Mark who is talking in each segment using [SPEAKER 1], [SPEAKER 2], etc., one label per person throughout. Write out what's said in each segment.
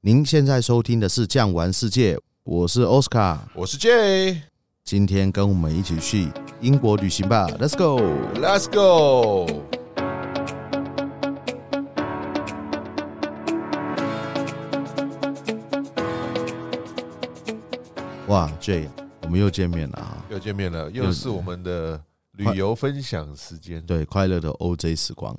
[SPEAKER 1] 您现在收听的是《酱玩世界》，我是 Oscar。
[SPEAKER 2] 我是 J，Let's
[SPEAKER 1] 今天跟我们一起去英国旅行吧，Let's go！
[SPEAKER 2] go。
[SPEAKER 1] 哇，J，我们又见面了啊！
[SPEAKER 2] 又见面了，又是我们的旅游分享时间。，
[SPEAKER 1] 对，快乐的 OJ 时光。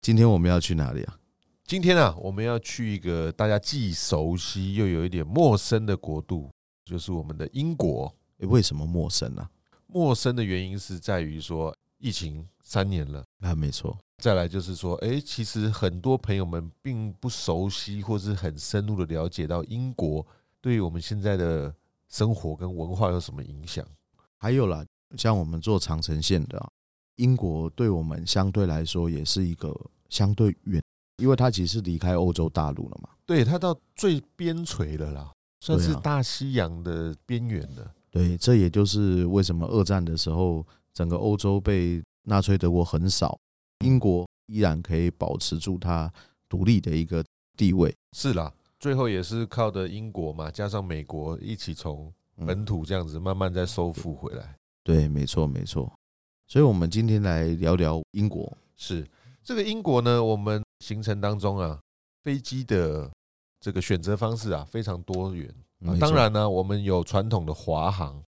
[SPEAKER 1] 今天我们要去哪里啊？
[SPEAKER 2] 今天啊，我们要去一个大家既熟悉又有一点陌生的国度，就是我们的英国。
[SPEAKER 1] 诶，为什么陌生啊呢、
[SPEAKER 2] 陌生的原因是在于说，疫情三年了。
[SPEAKER 1] 啊？啊，没错，
[SPEAKER 2] 再来就是说，诶，其实很多朋友们并不熟悉，或是很深入的了解到英国对于我们现在的生活跟文化有什么影响。
[SPEAKER 1] 还有啦，像我们做长城线的啊、英国对我们相对来说也是一个相对远，因为它其实是离开欧洲大陆了嘛。
[SPEAKER 2] 对，它到最边陲了啦，算
[SPEAKER 1] 啊
[SPEAKER 2] 是大西洋的边缘了。
[SPEAKER 1] 对，这也就是为什么二战的时候，整个欧洲被纳粹德国横扫，英国依然可以保持住它独立的一个地位。
[SPEAKER 2] 是啦，最后也是靠的英国嘛，加上美国一起从
[SPEAKER 1] 嗯
[SPEAKER 2] 本土这样子慢慢再收复回来。
[SPEAKER 1] 对，没错，没错。所以，我们今天来聊聊英国。
[SPEAKER 2] 是这个英国呢，我们行程当中啊，飞机的这个选择方式啊非常多元。啊
[SPEAKER 1] 没错
[SPEAKER 2] 当，然呢，我们有传统的华航，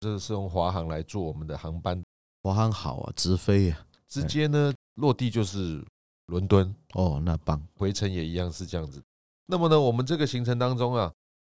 [SPEAKER 2] 这个是用华航来做我们的航班，
[SPEAKER 1] 华航好啊，直飞啊，
[SPEAKER 2] 直接呢落地就是伦敦。
[SPEAKER 1] 哦，那棒。
[SPEAKER 2] 回程也一样是这样子。那么呢，我们这个行程当中啊，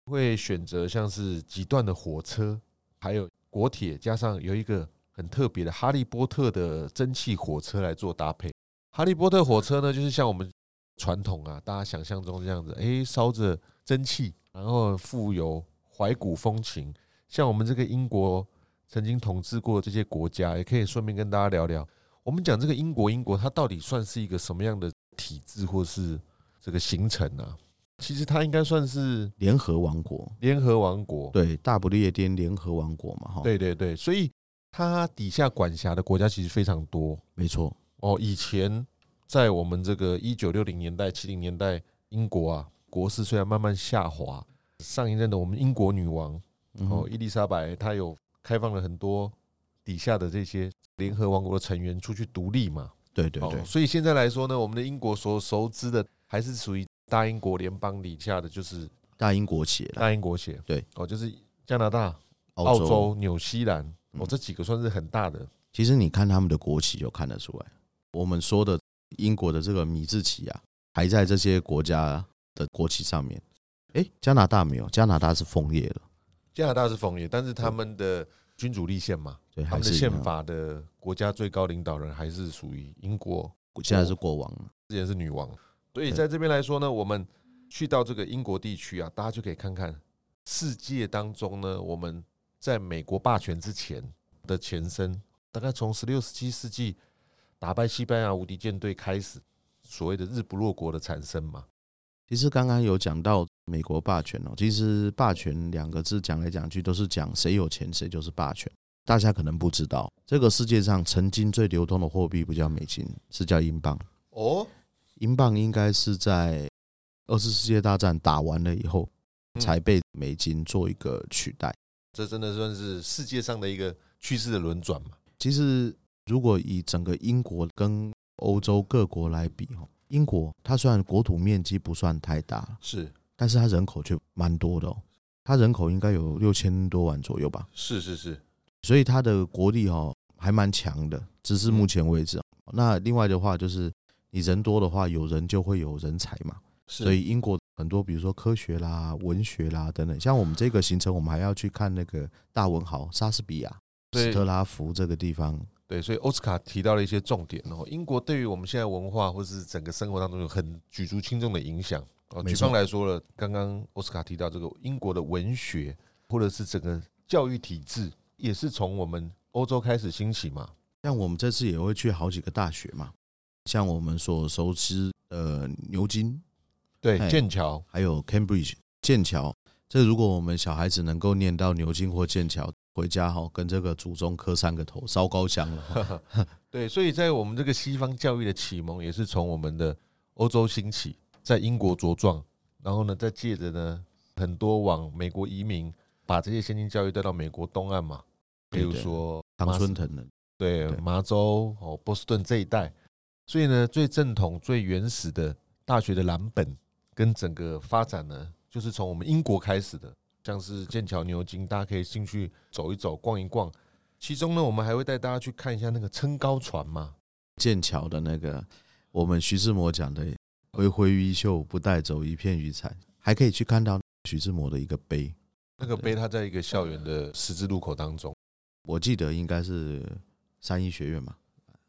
[SPEAKER 2] 会选择像是几段的火车，还有国铁，加上有一个很特别的哈利波特的蒸汽火车来做搭配。哈利波特火车呢，就是像我们传统啊，大家想象中这样子，诶，烧着蒸汽，然后富有怀古风情。像我们这个英国曾经统治过这些国家，也可以顺便跟大家聊聊。我们讲这个英国，英国它到底算是一个什么样的体制或是这个行程啊，其实它应该算是
[SPEAKER 1] 联合王国，
[SPEAKER 2] 联合王国。
[SPEAKER 1] 对，大不列颠联合王国嘛，哈，，
[SPEAKER 2] 对对对，所以它底下管辖的国家其实非常多
[SPEAKER 1] 没错，
[SPEAKER 2] 哦。以前在我们这个一九六零年代、七零年代，英国啊国势虽然慢慢下滑，上一任的我们英国女王
[SPEAKER 1] 嗯
[SPEAKER 2] 哦，伊丽莎白，她有开放了很多底下的这些联合王国的成员出去独立嘛。
[SPEAKER 1] 对对对
[SPEAKER 2] 哦，，所以现在来说呢，我们的英国所熟知的还是属于大英国联邦底下的，就是
[SPEAKER 1] 大英国协啦，
[SPEAKER 2] 大英国协，
[SPEAKER 1] 对，
[SPEAKER 2] 哦，就是加拿大、
[SPEAKER 1] 澳
[SPEAKER 2] 澳
[SPEAKER 1] 洲，
[SPEAKER 2] 洲、纽西兰，哦，
[SPEAKER 1] 嗯
[SPEAKER 2] 这几个算是很大的，
[SPEAKER 1] 其实你看他们的国旗就看得出来，我们说的英国的这个米字旗啊，还在这些国家的国旗上面。哎，加拿大没有，加拿大是枫叶了，
[SPEAKER 2] 加拿大是枫叶，但是他们的君主立宪嘛，
[SPEAKER 1] 对，
[SPEAKER 2] 他
[SPEAKER 1] 还
[SPEAKER 2] 们的
[SPEAKER 1] 是一
[SPEAKER 2] 宪
[SPEAKER 1] 样。
[SPEAKER 2] 法的国家最高领导人还是属于英国，
[SPEAKER 1] 现在是国王了，
[SPEAKER 2] 之前是女王，所以
[SPEAKER 1] 对
[SPEAKER 2] 在这边来说呢，我们去到这个英国地区啊，大家就可以看看世界当中呢，我们在美国霸权之前的前身，大概从十六、十七世纪打败西班牙无敌舰队开始，所谓的日不落国的产生嘛。
[SPEAKER 1] 其实刚刚有讲到美国霸权哦，其实霸权两个字讲来讲去都是讲谁有钱谁就是霸权。大家可能不知道，这个世界上曾经最流通的货币不叫美金，是叫英镑。
[SPEAKER 2] 哦，
[SPEAKER 1] 英镑应该是在二次世界大战打完了以后，
[SPEAKER 2] 嗯
[SPEAKER 1] 才被美金做一个取代。
[SPEAKER 2] 这真的算是世界上的一个趋势的轮转嘛。
[SPEAKER 1] 其实，如果以整个英国跟欧洲各国来比，哦，英国它虽然国土面积不算太大，
[SPEAKER 2] 是
[SPEAKER 1] 但是它人口却蛮多的哦。它人口应该有六千多万左右吧，
[SPEAKER 2] 是是是，
[SPEAKER 1] 所以它的国力哦还蛮强的，直至目前为止哦。那另外的话就是，你人多的话，有人就会有人才嘛。
[SPEAKER 2] 是
[SPEAKER 1] 所以英国很多，比如说科学啦、文学啦等等，像我们这个行程，我们还要去看那个大文豪莎士比亚、
[SPEAKER 2] 对
[SPEAKER 1] 斯特拉福这个地方。
[SPEAKER 2] 对，所以奥斯卡提到了一些重点哦。英国对于我们现在文化或是整个生活当中有很举足轻重的影响哦。
[SPEAKER 1] 没
[SPEAKER 2] 举
[SPEAKER 1] 错
[SPEAKER 2] 方来说了，刚刚奥斯卡提到这个英国的文学或者是整个教育体制，也是从我们欧洲开始兴起嘛。
[SPEAKER 1] 像我们这次也会去好几个大学嘛，像我们所熟知的牛津，
[SPEAKER 2] 对
[SPEAKER 1] 哎，
[SPEAKER 2] 剑桥
[SPEAKER 1] 还有 Cambridge 剑桥。这如果我们小孩子能够念到牛津或剑桥，回家哈、跟这个祖宗磕三个头，烧高香了哈、
[SPEAKER 2] 对，所以在我们这个西方教育的启蒙，也是从我们的欧洲兴起，在英国茁壮，然后呢，再借着呢很多往美国移民，把这些现金交易带到美国东岸嘛，比
[SPEAKER 1] 对
[SPEAKER 2] 如
[SPEAKER 1] 对
[SPEAKER 2] 说
[SPEAKER 1] 常
[SPEAKER 2] 麻
[SPEAKER 1] 春藤的，
[SPEAKER 2] 对
[SPEAKER 1] 对
[SPEAKER 2] 麻州哦波士顿这一带，所以呢，最正统、最原始的大学的蓝本跟整个发展呢，就是从我们英国开始的，像是剑桥、牛津，大家可以进去走一走、逛一逛。其中呢，我们还会带大家去看一下那个撑高船嘛，
[SPEAKER 1] 剑桥的那个，我们徐志摩讲的“挥挥衣袖，不带走一片云彩”，还可以去看到徐志摩的一个碑，
[SPEAKER 2] 那个碑它在一个校园的十字路口当中，
[SPEAKER 1] 我记得应该是三一学院嘛。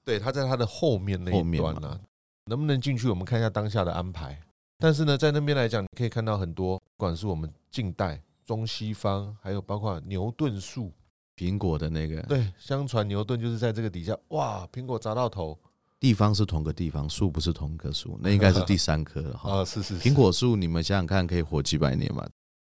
[SPEAKER 2] 对，它在它的后面那
[SPEAKER 1] 后
[SPEAKER 2] 一
[SPEAKER 1] 面
[SPEAKER 2] 端
[SPEAKER 1] 嘛
[SPEAKER 2] 呢、能不能进去？我们看一下当下的安排。但是呢，在那边来讲，你可以看到很多，不管是我们近代、中西方，还有包括牛顿树，
[SPEAKER 1] 苹果的那个
[SPEAKER 2] 对，相传牛顿就是在这个底下，哇，苹果砸到头
[SPEAKER 1] 地方是同个地方，树不是同一棵树，那应该是第三棵了 哈。
[SPEAKER 2] 啊，是是是
[SPEAKER 1] 苹果树，你们想想看，可以活几百年嘛？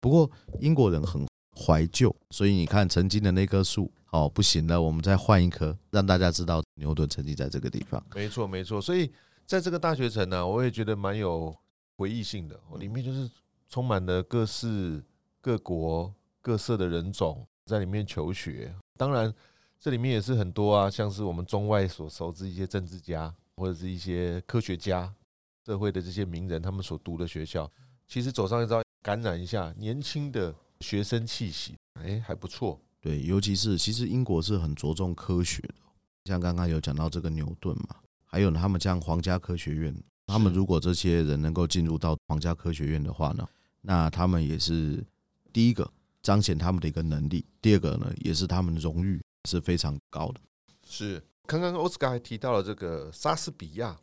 [SPEAKER 1] 不过英国人很怀旧，所以你看曾经的那棵树，哦，不行了，我们再换一棵，让大家知道牛顿曾经在这个地方。
[SPEAKER 2] 没错没错。所以在这个大学城呢、啊我也觉得蛮有回忆性的，哦里面就是充满了各式各国各色的人种在里面求学。当然，这里面也是很多啊，像是我们中外所熟知一些政治家或者是一些科学家、社会的这些名人，他们所读的学校，其实走上一遭，感染一下年轻的学生气息，哎，还不错。
[SPEAKER 1] 对，尤其是其实英国是很着重科学的，像刚刚有讲到这个牛顿嘛，还有他们像皇家科学院，他们如果这些人能够进入到皇家科学院的话呢，那他们也是第一个彰显他们的一个能力，第二个呢也是他们的荣誉是非常高的。
[SPEAKER 2] 是，刚刚奥斯卡还提到了这个莎士比亚，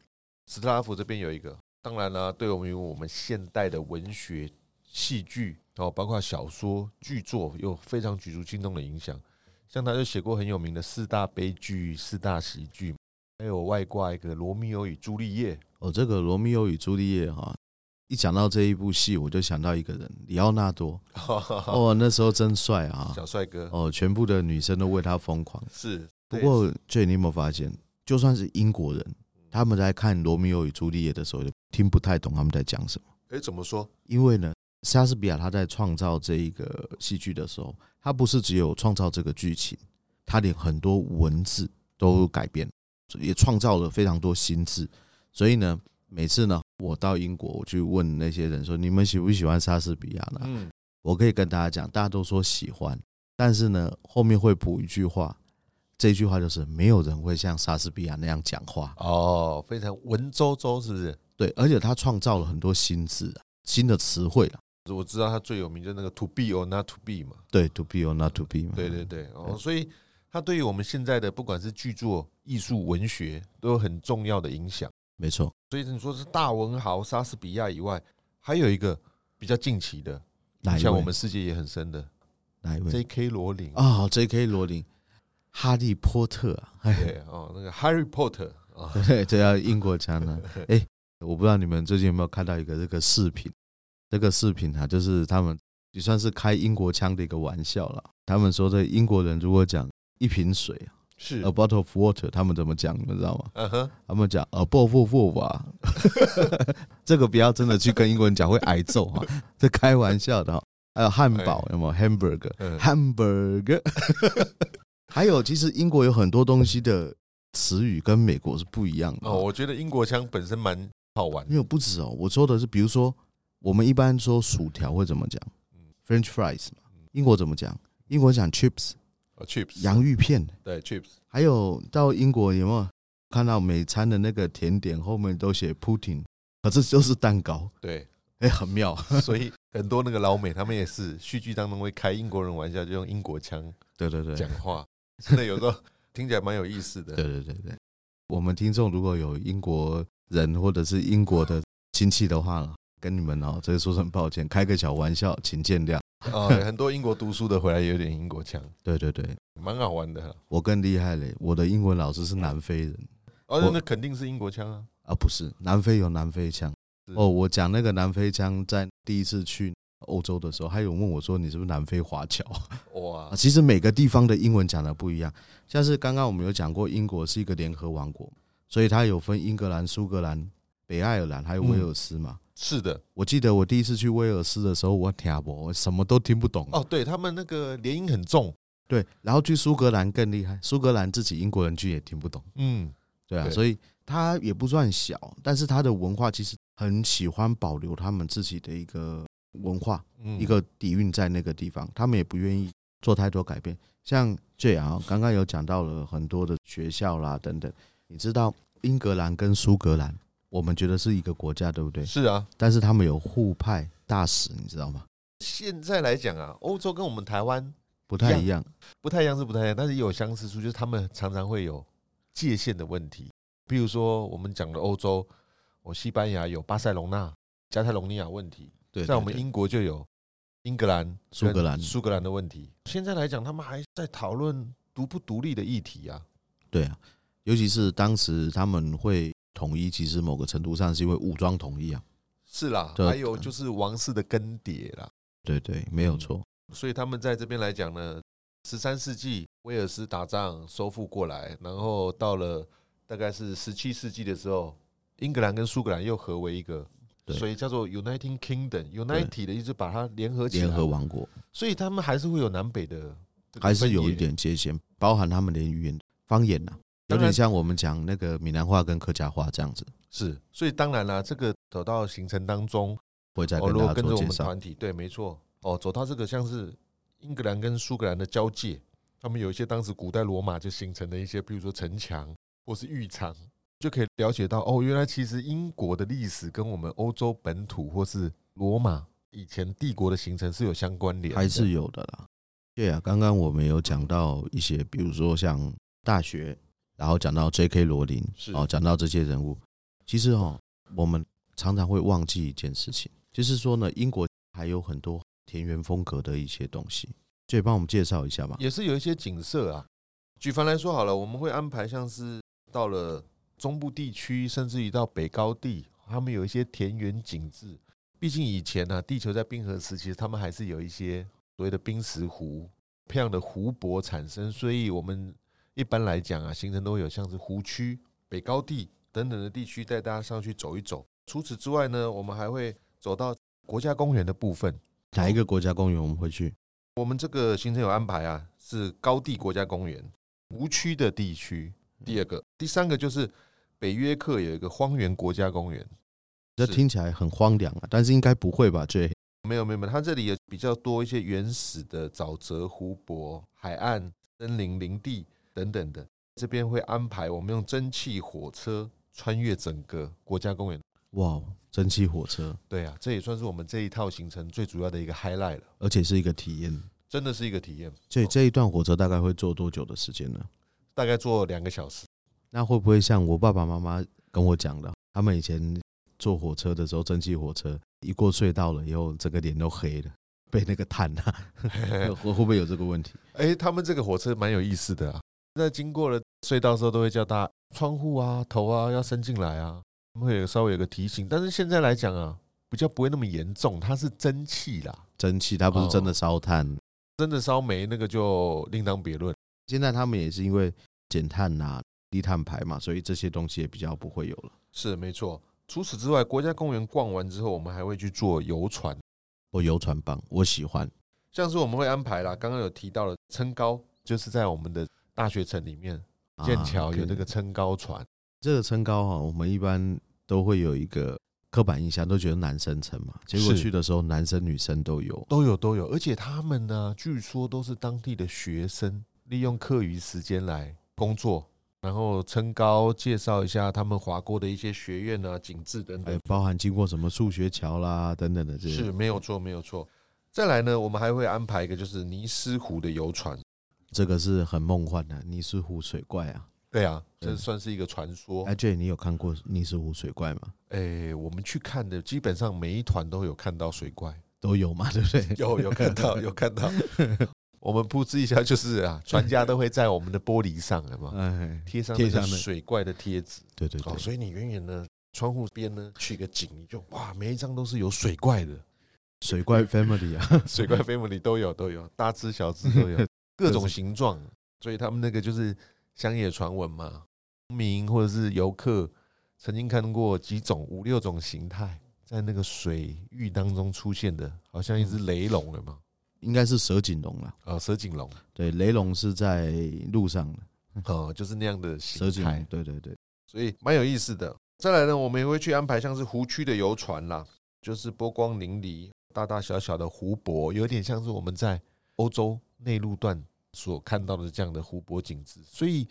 [SPEAKER 2] 斯特拉夫这边有一个。当然啦、对我们我们现代的文学、戏剧，哦，包括小说、剧作，有非常举足轻重的影响。像他就写过很有名的四大悲剧、四大喜剧，还有外挂一个《罗密欧与朱丽叶》。
[SPEAKER 1] 哦，这个《罗密欧与朱丽叶》哈，一讲到这一部戏，我就想到一个人，里奥纳多。
[SPEAKER 2] 哦，
[SPEAKER 1] 哦，那时候真帅啊！
[SPEAKER 2] 小帅哥、
[SPEAKER 1] 哦，全部的女生都为他疯狂。
[SPEAKER 2] 是。
[SPEAKER 1] 不
[SPEAKER 2] 对
[SPEAKER 1] 过，这你有没有发现，就算是英国人，他们在看《罗密欧与朱丽叶》的时候，也听不太懂他们在讲什么。
[SPEAKER 2] 哎，怎么说？
[SPEAKER 1] 因为呢，莎士比亚他在创造这一个戏剧的时候，他不是只有创造这个剧情，他连很多文字都改变，也创造了非常多新字。所以呢，每次呢，我到英国，我去问那些人说，你们喜不喜欢莎士比亚呢？
[SPEAKER 2] 嗯，
[SPEAKER 1] 我可以跟大家讲，大家都说喜欢，但是呢，后面会补一句话，这句话就是没有人会像莎士比亚那样讲话。
[SPEAKER 2] 哦，非常文绉绉，是不是？
[SPEAKER 1] 对，而且他创造了很多新字、啊新的词汇啊
[SPEAKER 2] 我知道他最有名就是那个 “to be or not to be” 嘛。
[SPEAKER 1] 对，to be or not to be 嘛。
[SPEAKER 2] 对对对，哦，所以它对于我们现在的不管是剧作、艺术、文学，都有很重要的影响。
[SPEAKER 1] 没错，
[SPEAKER 2] 所以你说是大文豪莎士比亚以外，还有一个比较近期的，
[SPEAKER 1] 哪一位？
[SPEAKER 2] 像我们世界也很深的
[SPEAKER 1] 哪一位？
[SPEAKER 2] J.K. 罗琳，
[SPEAKER 1] 啊、j k 罗琳，《哈利波特》啊，哎，
[SPEAKER 2] 对哦，那个 Harry Potter 啊，
[SPEAKER 1] 对，这要英国腔呢。哎，我不知道你们最近有没有看到一个这个视频，这个视频啊，就是他们也算是开英国腔的一个玩笑了。他们说这英国人如果讲一瓶水啊
[SPEAKER 2] 是
[SPEAKER 1] ，a，bottle of water，他们怎么讲，你们知道吗？
[SPEAKER 2] 嗯哼，
[SPEAKER 1] 他们讲 a bottle of water，这 个不要真的去跟英国人讲，会挨揍哈、啊， 这开玩笑的哈、哦还有汉堡有没有 hamburger？
[SPEAKER 2] 哎嗯，
[SPEAKER 1] hamburger。还有，其实英国有很多东西的词语跟美国是不一样的
[SPEAKER 2] 哦，我觉得英国腔本身蛮好玩
[SPEAKER 1] 没有不止哦。我说的是，比如说我们一般说薯条会怎么讲
[SPEAKER 2] 嗯
[SPEAKER 1] ，French fries 嘛，英国怎么讲？英国讲 chips
[SPEAKER 2] 哦，chips，
[SPEAKER 1] 洋芋片，
[SPEAKER 2] 对 chips，
[SPEAKER 1] 还有到英国有没有看到每餐的那个甜点后面都写 pudding，可这就是蛋糕，
[SPEAKER 2] 对，
[SPEAKER 1] 哎、很 妙。
[SPEAKER 2] 所以很多那个老美他们也是戏剧当中会开英国人玩笑，就用英国腔。
[SPEAKER 1] 对对对，
[SPEAKER 2] 讲话，真的有时候听起来蛮有意思的。
[SPEAKER 1] 对对对对，我们听众如果有英国人或者是英国的亲戚的话，跟你们哦，这个说声抱歉，开个小玩笑，请见谅。
[SPEAKER 2] 啊、 很多英国读书的回来有点英国腔，
[SPEAKER 1] 对对对，
[SPEAKER 2] 蛮好玩的。
[SPEAKER 1] 我更厉害嘞，我的英文老师是南非人
[SPEAKER 2] 哦，
[SPEAKER 1] 我
[SPEAKER 2] 那那肯定是英国腔啊。
[SPEAKER 1] 啊，不是南非有南非腔
[SPEAKER 2] 是
[SPEAKER 1] 哦。我讲那个南非腔，在第一次去欧洲的时候，还有人问我说你是不是南非华侨？ 啊，
[SPEAKER 2] 哇，
[SPEAKER 1] 其实每个地方的英文讲的不一样，像是刚刚我们有讲过，英国是一个联合王国，所以它有分英格兰、苏格兰、北爱尔兰还有
[SPEAKER 2] 嗯
[SPEAKER 1] 威尔斯嘛。
[SPEAKER 2] 是的，
[SPEAKER 1] 我记得我第一次去威尔斯的时候，我听不，我什么都听不懂。
[SPEAKER 2] 哦，对他们那个联姻很重，
[SPEAKER 1] 对，然后去苏格兰更厉害，苏格兰自己英国人去也听不懂。
[SPEAKER 2] 嗯，
[SPEAKER 1] 对啊，
[SPEAKER 2] 对
[SPEAKER 1] 所以它也不算小，但是它的文化其实很喜欢保留他们自己的一个文化、
[SPEAKER 2] 嗯
[SPEAKER 1] 一个底蕴在那个地方，他们也不愿意做太多改变。像这样啊，刚刚有讲到了很多的学校啦等等，你知道英格兰跟苏格兰，我们觉得是一个国家，对不对？
[SPEAKER 2] 是啊。
[SPEAKER 1] 但是他们有互派大使，你知道吗？
[SPEAKER 2] 现在来讲啊，欧洲跟我们台湾
[SPEAKER 1] 不太一样。
[SPEAKER 2] 不太一样是不太一样，但是也有相似处，就是他们常常会有界限的问题。比如说我们讲的欧洲，我西班牙有巴塞隆纳、加泰隆尼亚问题，
[SPEAKER 1] 对
[SPEAKER 2] 在我们英国就有英格兰、
[SPEAKER 1] 苏格兰
[SPEAKER 2] 苏格兰的问题。现在来讲，他们还在讨论独不独立的议题啊。
[SPEAKER 1] 对啊，尤其是当时他们会统一，其实某个程度上是因为武装统一啊。
[SPEAKER 2] 是啦，
[SPEAKER 1] 对
[SPEAKER 2] 还有就是王室的更迭啦，
[SPEAKER 1] 对对，没有错。
[SPEAKER 2] 所以他们在这边来讲呢，十三世纪威尔斯打仗收复过来，然后到了大概是十七世纪的时候，英格兰跟苏格兰又合为一个，
[SPEAKER 1] 对
[SPEAKER 2] 所以叫做 United Kingdom，United 的意思把它联合起来，
[SPEAKER 1] 联合王国
[SPEAKER 2] 所以他们还是会有南北的，
[SPEAKER 1] 还是有一。点界限，包含他们连语言方言呐、有
[SPEAKER 2] 当然
[SPEAKER 1] 点像我们讲那个闽南话跟客家话这样子，
[SPEAKER 2] 是，所以当然啦，这个走到行程当中，
[SPEAKER 1] 会再
[SPEAKER 2] 哦，
[SPEAKER 1] 跟
[SPEAKER 2] 如
[SPEAKER 1] 大家
[SPEAKER 2] 果跟着
[SPEAKER 1] 做
[SPEAKER 2] 我
[SPEAKER 1] 介
[SPEAKER 2] 们
[SPEAKER 1] 绍。
[SPEAKER 2] 团体，对，没错。哦，走到这个像是英格兰跟苏格兰的交界，他们有一些当时古代罗马就形成的一些，比如说城墙或是浴场，就可以了解到哦，原来其实英国的历史跟我们欧洲本土或是罗马以前帝国的形成是有相关联的，
[SPEAKER 1] 还是有的啦。对啊，刚刚我们有讲到一些，比如说像大学，然后讲到 J.K. 罗琳
[SPEAKER 2] 是，
[SPEAKER 1] 哦，讲到这些人物，其实哦，我们常常会忘记一件事情，就是说呢，英国还有很多田园风格的一些东西，所以帮我们介绍一下吧。
[SPEAKER 2] 也是有一些景色啊。举凡来说好了，我们会安排像是到了中部地区，甚至于到北高地，他们有一些田园景致。毕竟以前呢、啊，地球在冰河时期，他们还是有一些所谓的冰石湖、漂亮的湖泊产生，所以我们一般来讲啊，行程都会有像是湖区、北高地等等的地区带大家上去走一走。除此之外呢，我们还会走到国家公园的部分。
[SPEAKER 1] 哪
[SPEAKER 2] 哦
[SPEAKER 1] 一个国家公园我们会去？
[SPEAKER 2] 我们这个行程有安排啊，是高地国家公园湖区的地区。第二个，第三个就是北约克有一个荒原国家公园。
[SPEAKER 1] 这
[SPEAKER 2] 是
[SPEAKER 1] 听起来很荒凉啊，但是应该不会吧？这
[SPEAKER 2] 没有没有没有，它这里也比较多一些原始的沼泽、湖泊、海岸、森林、林地等等的。这边会安排我们用蒸汽火车穿越整个国家公园。哦
[SPEAKER 1] 哇，蒸汽火车，
[SPEAKER 2] 对啊，这也算是我们这一套行程最主要的一个 highlight 了，
[SPEAKER 1] 而且是一个体验。
[SPEAKER 2] 真的是一个体验。
[SPEAKER 1] 所以这一段火车大概会坐多久的时间呢？
[SPEAKER 2] 大概坐两个小时。
[SPEAKER 1] 那会不会像我爸爸妈妈跟我讲的，他们以前坐火车的时候，蒸汽火车一过隧道了以后，整个脸都黑了，被那个碳 啊，会会不会有这个问题？
[SPEAKER 2] 哎、他们这个火车蛮有意思的啊，在经过了隧道的时候，都会叫大家窗户啊、头啊要伸进来啊，他们会有稍微有个提醒。但是现在来讲啊，比较不会那么严重，它是蒸汽啦，
[SPEAKER 1] 蒸汽它不是真的烧 炭，
[SPEAKER 2] 真的烧煤那个就另当别论。
[SPEAKER 1] 现在他们也是因为减碳呐、低碳排嘛，所以这些东西也比较不会有了。
[SPEAKER 2] 是没错。除此之外，国家公园逛完之后，我们还会去坐游船，
[SPEAKER 1] 我游船棒，我喜欢。
[SPEAKER 2] 像是我们会安排啦，刚刚有提到了撑高，就是在我们的大学城里面
[SPEAKER 1] 啊
[SPEAKER 2] 剑桥有这个
[SPEAKER 1] 跟
[SPEAKER 2] 撑高船，
[SPEAKER 1] 这个撑高哈、我们一般都会有一个刻板印象，都觉得男生撑嘛，结果
[SPEAKER 2] 是
[SPEAKER 1] 去的时候男生女生都有。
[SPEAKER 2] 都有都有，而且他们呢，据说都是当地的学生，利用课余时间来工作，然后撑高介绍一下他们华国的一些学院啊、景致等
[SPEAKER 1] 还
[SPEAKER 2] 等
[SPEAKER 1] 有。哎包含经过什么数学桥啦等等的这些，
[SPEAKER 2] 是没有错，没有错。再来呢，我们还会安排一个就是尼斯湖的游船。
[SPEAKER 1] 这个是很梦幻的。尼斯湖水怪啊，
[SPEAKER 2] 对啊，
[SPEAKER 1] 对
[SPEAKER 2] 这算是一个传说。
[SPEAKER 1] 哎，对，你有看过尼斯湖水怪吗？
[SPEAKER 2] 哎，我们去看的，基本上每一团都有看到水怪，
[SPEAKER 1] 都有嘛， 对不对？
[SPEAKER 2] 有有看到，有看到。 我们布置一下，就是 啊，专家都会在我们的玻璃上，有吗？
[SPEAKER 1] 哎，
[SPEAKER 2] 嗯贴上
[SPEAKER 1] 贴
[SPEAKER 2] 那个
[SPEAKER 1] 上那
[SPEAKER 2] 水怪的贴纸。
[SPEAKER 1] 对对
[SPEAKER 2] 哦，
[SPEAKER 1] 对，
[SPEAKER 2] 所以你远远的窗户边呢，取个景，你就哇，每一张都是有水 怪的，
[SPEAKER 1] 水怪 family 啊，
[SPEAKER 2] 水怪 family 都有都有，大只小只都有，各种形状。所以他们那个就是乡野传闻嘛，农民或者是游客曾经看过几种五六种形态在那个水域当中出现的，好像一
[SPEAKER 1] 嗯
[SPEAKER 2] 只雷龙了嘛，
[SPEAKER 1] 应该是蛇颈龙啦。
[SPEAKER 2] 呃，蛇颈龙，
[SPEAKER 1] 对，雷龙是在路上的
[SPEAKER 2] 呃，就是那样的
[SPEAKER 1] 嗯蛇
[SPEAKER 2] 形
[SPEAKER 1] 颈
[SPEAKER 2] 态
[SPEAKER 1] 龙，，对对对，
[SPEAKER 2] 所以蛮有意思的。再来呢，我们也会去安排像是湖区的游船啦，就是波光粼粼、大大小小的湖泊，有点像是我们在欧洲内陆段所看到的这样的湖泊景致。所以，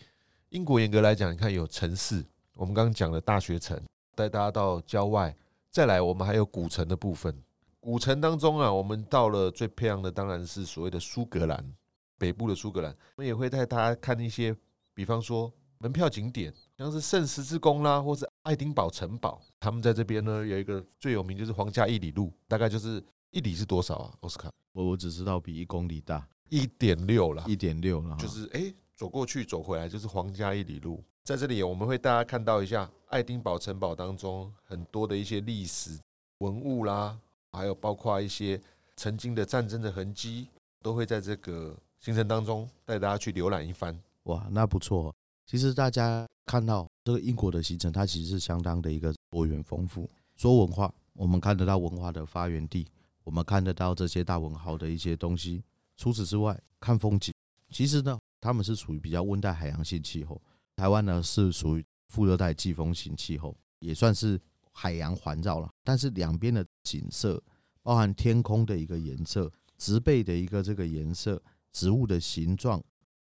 [SPEAKER 2] 英国严格来讲，你看有城市，我们刚刚讲的大学城，带大家到郊外，再来我们还有古城的部分。古城当中啊，我们到了最漂亮的当然是所谓的苏格兰，北部的苏格兰，我们也会带大家看一些，比方说门票景点。像是圣十字宫啦，或是爱丁堡城堡，他们在这边呢有一个最有名就是皇家一里路，大概就是一里是多少啊？奥斯卡
[SPEAKER 1] 我我只知道比一公里大，
[SPEAKER 2] 一点六啦，
[SPEAKER 1] 一点六了哈，
[SPEAKER 2] 就是哎、诶走过去走回来就是皇家一里路，在这里我们会大家看到一下爱丁堡城堡当中很多的一些历史文物啦，还有包括一些曾经的战争的痕迹，都会在这个行程当中带大家去浏览一番。
[SPEAKER 1] 哇，那不错。哦其实大家看到这个英国的行程，它其实是相当的一个多元丰富。说文化，我们看得到文化的发源地，我们看得到这些大文豪的一些东西。除此之外，看风景，其实呢，他们是属于比较温带海洋性气候，台湾呢是属于副热带季风型气候，也算是海洋环绕了。但是两边的景色，包含天空的一个颜色、植被的一个这个颜色、植物的形状，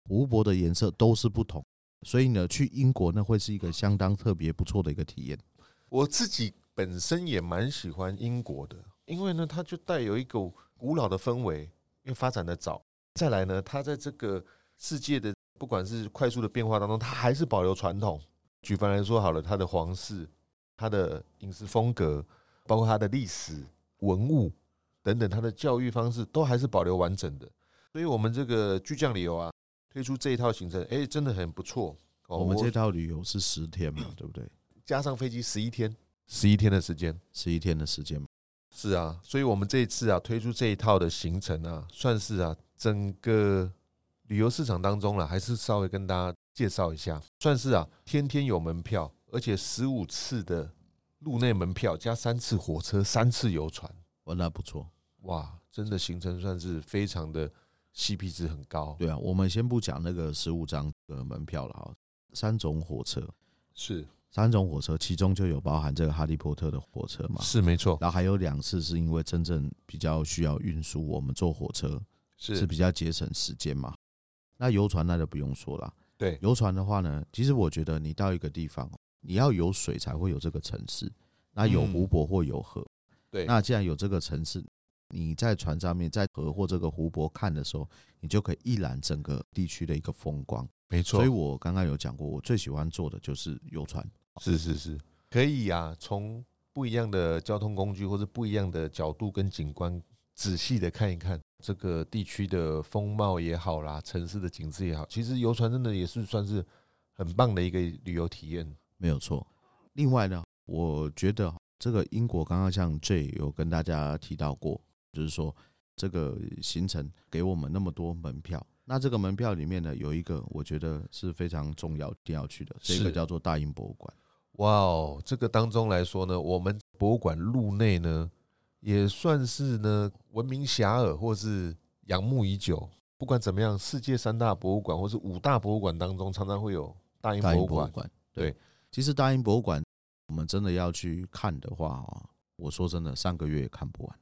[SPEAKER 1] 湖泊的颜色都是不同，所以呢，去英国那会是一个相当特别不错的一个体验。
[SPEAKER 2] 我自己本身也蛮喜欢英国的，因为呢，它就带有一个古老的氛围，因为发展的早。再来呢，它在这个世界的不管是快速的变化当中，它还是保留传统。举凡来说好了，它的皇室、它的饮食风格，包括它的历史文物等等，它的教育方式都还是保留完整的。所以，我们这个巨匠旅游啊，推出这一套行程，哎、真的很不错。哦
[SPEAKER 1] 我们这套旅游是十天嘛，对不对？
[SPEAKER 2] 加上飞机十一天，十一天的时间。
[SPEAKER 1] 十一天的时间嘛，
[SPEAKER 2] 是啊，所以我们这一次啊推出这一套的行程啊，算是啊整个旅游市场当中啊了，还是稍微跟大家介绍一下，算是啊天天有门票，而且十五次的路内门票加三次火车、三次游船，
[SPEAKER 1] 哇，哦那不错。
[SPEAKER 2] 哇，真的行程算是非常的 CP 值很高。
[SPEAKER 1] 对啊，我们先不讲那个十五张的门票了哈，三种火车，
[SPEAKER 2] 是
[SPEAKER 1] 三种火车，其中就有包含这个哈利波特的火车嘛。
[SPEAKER 2] 是没错，
[SPEAKER 1] 然后还有两次是因为真正比较需要运输，我们坐火车是
[SPEAKER 2] 是
[SPEAKER 1] 比较节省时间嘛。那游船那就不用说了，
[SPEAKER 2] 对
[SPEAKER 1] 游船的话呢，其实我觉得你到一个地方，哦你要有水才会有这个城市，那有
[SPEAKER 2] 嗯
[SPEAKER 1] 湖泊或有河。
[SPEAKER 2] 对，
[SPEAKER 1] 那既然有这个城市，你在船上面在河或这个湖泊看的时候，你就可以一览整个地区的一个风光。
[SPEAKER 2] 没错
[SPEAKER 1] 所以，我刚刚有讲过，我最喜欢做的就是游船。
[SPEAKER 2] 是是是，可以呀、从不一样的交通工具或者不一样的角度跟景观，仔细的看一看这个地区的风貌也好啦，城市的景致也好，其实游船真的也是算是很棒的一个旅游体验。
[SPEAKER 1] 没有错。另外呢，我觉得这个英国刚刚像 J 有跟大家提到过，就是说这个行程给我们那么多门票，那这个门票里面呢有一个我觉得是非常重要一定要去的，
[SPEAKER 2] 是
[SPEAKER 1] 这个叫做大英博物馆。
[SPEAKER 2] 哇哦，这个当中来说呢，我们博物馆路内呢，也算是呢闻名遐迩或是仰慕已久。不管怎么样，世界三大博物馆或是五大博物馆当中，常常会有大英
[SPEAKER 1] 大
[SPEAKER 2] 博
[SPEAKER 1] 英
[SPEAKER 2] 物
[SPEAKER 1] 博物
[SPEAKER 2] 馆。
[SPEAKER 1] 馆，
[SPEAKER 2] 对，
[SPEAKER 1] 其实大英博物馆我们真的要去看的话啊，我说真的，上个月也看不完，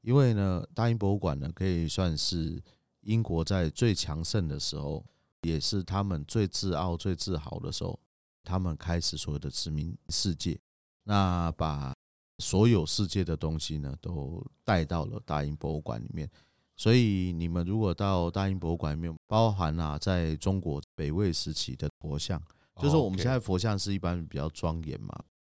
[SPEAKER 1] 因为呢，大英博物馆呢可以算是英国在最强盛的时候，也是他们最自傲、最自豪的时候，他们开始所有的殖民世界，那把所有世界的东西呢都带到了大英博物馆里面。所以你们如果到大英博物馆里面，包含啊，在中国北魏时期的佛像，就是说我们
[SPEAKER 2] 哦 OK
[SPEAKER 1] 现在佛像是一般比较庄严嘛，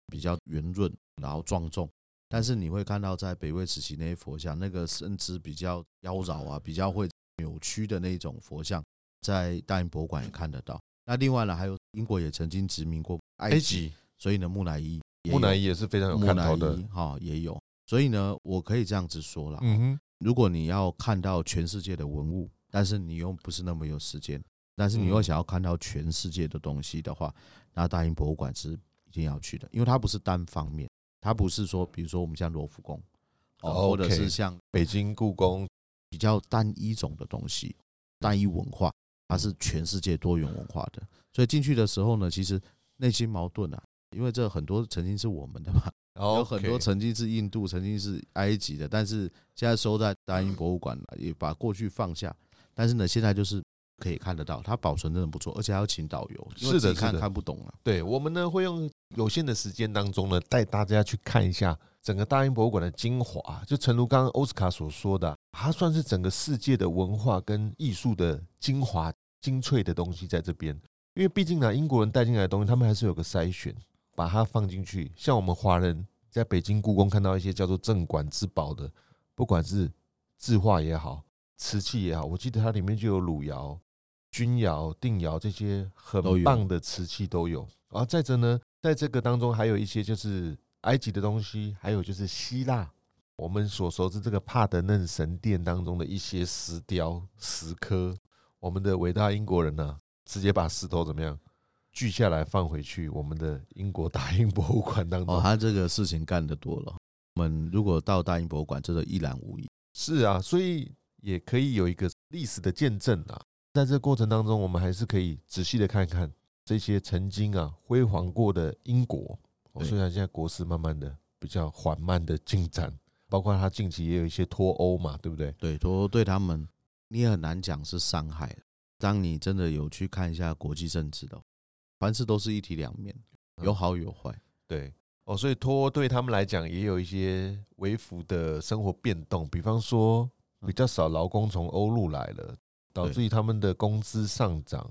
[SPEAKER 1] 比较圆润，然后庄重。但
[SPEAKER 2] 嗯
[SPEAKER 1] 是你会看到在北魏时期那些佛像，那个身姿比较妖娆啊，比较会扭曲的那种佛像，在大英博物馆也看得到。那另外呢，还有英国也曾经殖民过埃
[SPEAKER 2] 埃
[SPEAKER 1] 及，
[SPEAKER 2] 及
[SPEAKER 1] 所以呢，木乃伊也有、
[SPEAKER 2] 木乃伊也是非常有
[SPEAKER 1] 木
[SPEAKER 2] 看
[SPEAKER 1] 乃
[SPEAKER 2] 头的
[SPEAKER 1] 伊。哈、也有。所以呢，我可以这样子说啦，
[SPEAKER 2] 嗯哼，
[SPEAKER 1] 如果你要看到全世界的文物，但是你又不是那么有时间，但是你又
[SPEAKER 2] 嗯
[SPEAKER 1] 想要看到全世界的东西的话，那大英博物馆是一定要去的，因为它不是单方面，它不是说，比如说我们像罗浮宫，
[SPEAKER 2] 哦
[SPEAKER 1] 哦，或者
[SPEAKER 2] OK
[SPEAKER 1] 是像
[SPEAKER 2] 北京故宫
[SPEAKER 1] 比较单一种的东西，单一文化，它
[SPEAKER 2] 嗯
[SPEAKER 1] 是全世界多元文化的。所以进去的时候呢，其实内心矛盾啊，因为这很多曾经是我们的嘛，有很多
[SPEAKER 2] OK
[SPEAKER 1] 曾经是印度、曾经是埃及的，但是现在收在大英博物馆了，也把过去放下。但是呢，现在就是可以看得到，它保存真的不错，而且还要请导游，因为
[SPEAKER 2] 是的
[SPEAKER 1] 自己
[SPEAKER 2] 是
[SPEAKER 1] 看
[SPEAKER 2] 的
[SPEAKER 1] 看不懂啊。
[SPEAKER 2] 对，我们呢会用有限的时间当中呢，带大家去看一下整个大英博物馆的精华。就诚如刚刚欧斯卡所说的，它算是整个世界的文化跟艺术的精华、精粹的东西在这边。因为毕竟呢，英国人带进来的东西，他们还是有个筛选，把它放进去。像我们华人在北京故宫看到一些叫做镇馆之宝的，不管是字画也好，瓷器也好，我记得它里面就有汝窑、钧窑、定窑这些很
[SPEAKER 1] 都有
[SPEAKER 2] 棒的瓷器都有。然后再者呢，在这个当中还有一些就是埃及的东西，还有就是希腊我们所熟知这个帕德嫩神殿当中的一些石雕、石刻，我们的伟大英国人呢、直接把石头怎么样锯下来放回去我们的英国大英博物馆当中。
[SPEAKER 1] 哦，他这个事情干得多了。我们如果到大英博物馆，真的一览无遗。
[SPEAKER 2] 是啊，所以也可以有一个历史的见证啊。在这过程当中，我们还是可以仔细的看看这些曾经啊辉煌过的英国。哦
[SPEAKER 1] 对
[SPEAKER 2] 虽然现在国势慢慢的比较缓慢的进展，包括它近期也有一些脱欧嘛，对不对？
[SPEAKER 1] 对，都对他们，你也很难讲是伤害。当你真的有去看一下国际政治的话，凡事都是一体两面，有好有坏。
[SPEAKER 2] 对，哦，所以脱欧对他们来讲也有一些微幅的生活变动，比方说比
[SPEAKER 1] 嗯
[SPEAKER 2] 较少劳工从欧陆来了，导致于他们的工资上涨，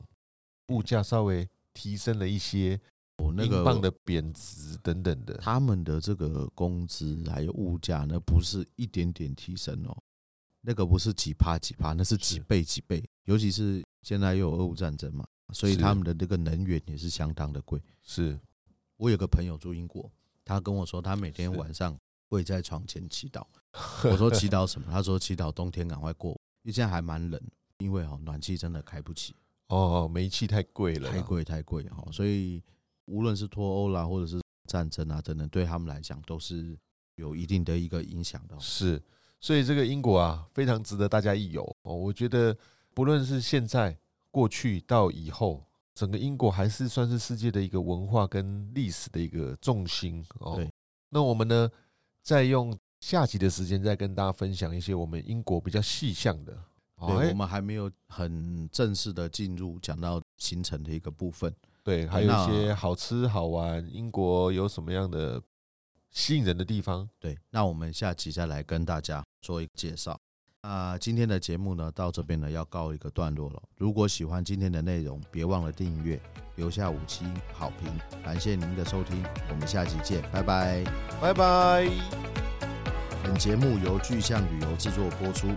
[SPEAKER 2] 物价稍微提升了一些，
[SPEAKER 1] 我哦那
[SPEAKER 2] 英
[SPEAKER 1] 个
[SPEAKER 2] 镑的贬值等等的。
[SPEAKER 1] 他们的这个工资还有物价，那不是一点点提升哦，那个不是几趴几趴，那是几
[SPEAKER 2] 是
[SPEAKER 1] 倍几倍。尤其是现在又有俄乌战争嘛，所以
[SPEAKER 2] 是
[SPEAKER 1] 他们的这个能源也是相当的贵。
[SPEAKER 2] 是
[SPEAKER 1] 我有个朋友住英国，他跟我说，他每天
[SPEAKER 2] 是
[SPEAKER 1] 晚上会在床前祈 祷。我说祈祷什么？他说祈祷冬天赶快过，因为现在还蛮冷，因为哦暖气真的开不起，
[SPEAKER 2] 哦，煤气太贵了啦，
[SPEAKER 1] 太贵太贵哈、哦，所以无论是脱欧啦，或者是战争啊等等，对他们来讲都是有一定的一个影响的哦、
[SPEAKER 2] 是，所以这个英国啊，非常值得大家一游哦。我觉得不论是现在、过去到以后，整个英国还是算是世界的一个文化跟历史的一个重心哦
[SPEAKER 1] 对。
[SPEAKER 2] 那我们呢，再用下集的时间再跟大家分享一些我们英国比较细项的。哦，
[SPEAKER 1] 对，
[SPEAKER 2] 哎
[SPEAKER 1] 我们还没有很正式的进入讲到行程的一个部分。
[SPEAKER 2] 对，还有一
[SPEAKER 1] 那
[SPEAKER 2] 些好吃好玩，英国有什么样的吸引人的地方？
[SPEAKER 1] 对，那我们下期再来跟大家做一个介绍。那今天的节目呢，到这边呢要告一个段落了。如果喜欢今天的内容，别忘了订阅，留下五星好评。感谢您的收听，我们下期见，拜拜。
[SPEAKER 2] 拜拜。
[SPEAKER 1] 本节目由巨象旅游制作播出，